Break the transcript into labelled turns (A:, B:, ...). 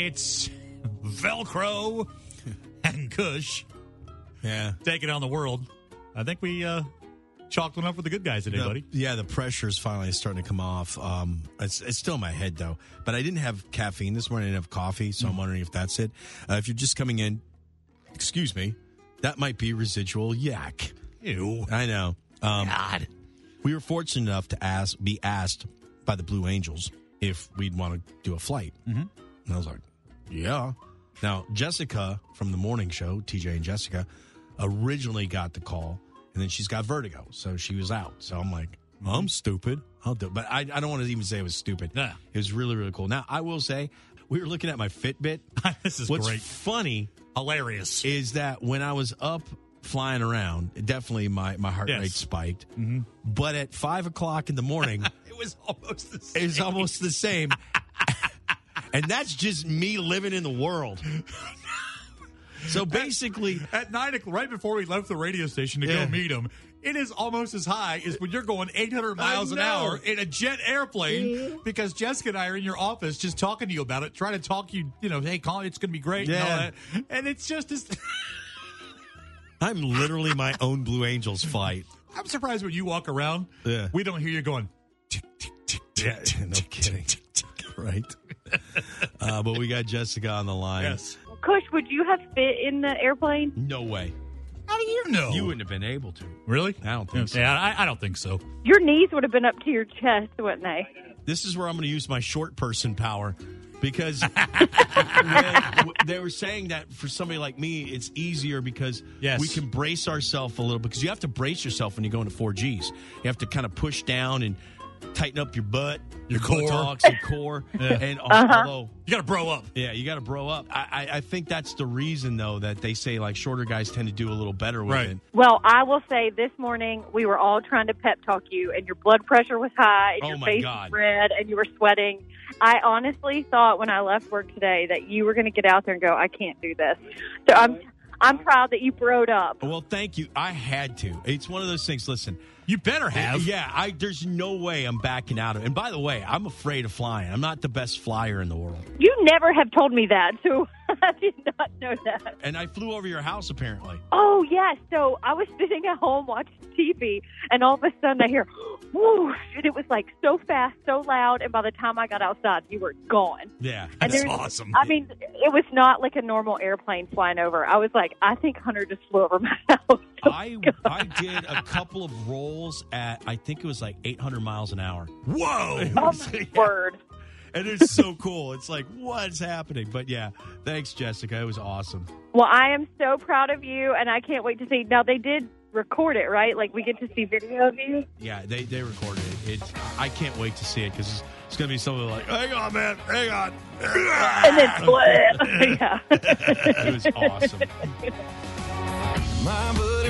A: It's Velcro and Kush
B: Yeah.
A: taking on the world. I think we uh, chalked one up with the good guys today,
B: The-
A: buddy.
B: Yeah, the pressure is finally starting to come off. Um, it's, it's still in my head though, but I didn't have caffeine this morning. I didn't have coffee, so I'm wondering if that's it. Uh, if you're just coming in, excuse me, that might be residual yak.
A: Ew.
B: I know. Um,
A: God.
B: we were fortunate enough to ask, be asked by the Blue Angels if we'd want to do a flight, mm-hmm. and I was like, yeah. Now Jessica from the morning show, TJ and Jessica, originally got the call, and then she's got vertigo, so she was out. So I'm like, I'm stupid. I'll do, it. but I, I don't want to even say it was stupid.
A: Mm-hmm. Yeah.
B: It was really really cool. Now I will say, we were looking at my Fitbit.
A: this is
B: What's
A: great.
B: funny
A: Hilarious.
B: is that when I was up flying around, definitely my, my heart
A: Yes.
B: rate spiked. But at five o'clock in the morning,
A: It was almost the same.
B: it was almost the same. and that's just me living in the world. So basically,
A: At nine o'clock, right before we left the radio station to
B: Yeah.
A: go meet him, it is almost as high as when you're going 800
B: I
A: miles an
B: know.
A: hour in a jet airplane because Jessica and I are in your office just talking to you about it, trying to talk you, you know, hey, Colin, it's going to be great
B: Yeah.
A: and all that. And it's just as.
B: I'm literally my own Blue Angels flight.
A: I'm surprised when you walk around,
B: Yeah.
A: we don't hear you going. Tick, tick, tick, tick,
B: Yeah,
A: tick,
B: no
A: tick,
B: kidding.
A: tick, tick, tick.
B: Right. Uh, but we got Jessica on the line.
A: Yes.
C: Kush, would you have fit in the airplane?
B: No way. Oh.
A: How do you know?
B: You wouldn't have been able to.
A: really?
B: I don't think so.
A: Yeah, I, I don't think so.
C: Your knees would have been up to your chest, wouldn't they?
B: this is where I'm going to use my short person power because when- they were saying that for somebody like me, it's easier because
A: Yes.
B: we can brace ourselves a little because you have to brace yourself when you go into 4Gs. You have to kind of push down and tighten up your butt,
A: Your core.
B: buttocks, your core. And al- although,
A: You got to bro up.
B: yeah, you got to bro up. I, I, I think that's the reason, though, that they say like shorter guys tend to do a little better with
A: Right.
B: it.
C: Well, I will say this morning we were all trying to pep talk you, and your blood pressure was high, and
B: Oh,
C: your
B: my
C: face
B: God.
C: was red, and you were sweating. I honestly thought when I left work today that you were going to get out there and go, "I can't do this." So I'm, I'm proud that you broed up.
B: Well, thank you. I had to. It's one of those things. Listen,
A: You better have.
B: Yeah, I there's no way I'm backing out of. And by the way, I'm afraid of flying. I'm not the best flyer in the world.
C: You never have told me that, so I did not know that.
B: And I flew over your house apparently.
C: Oh yes, so I was sitting at home watching TV, and all of a sudden I hear whoosh, and it was like so fast, so loud, and by the time I got outside, you were gone.
B: Yeah.
C: And
A: That's
C: there's-
A: awesome.
C: I mean, it was not like a normal airplane flying over. I was like, I think Hunter just flew over my house.
B: I I did a couple of rolls at I think it was like 800 miles an hour.
A: Whoa.
C: Oh my word!
B: And it's so cool. It's like what's happening? But yeah, thanks Jessica. It was awesome.
C: Well, I am so proud of you, and I can't wait to see. Now they did record it, right? Like we get to see video of you.
B: Yeah, they they recorded it. It's I can't wait to see it cuz it's, it's going to be something like, "Hang on, man. Hang on."
C: And then, yeah.
B: It was awesome.
D: My buddy.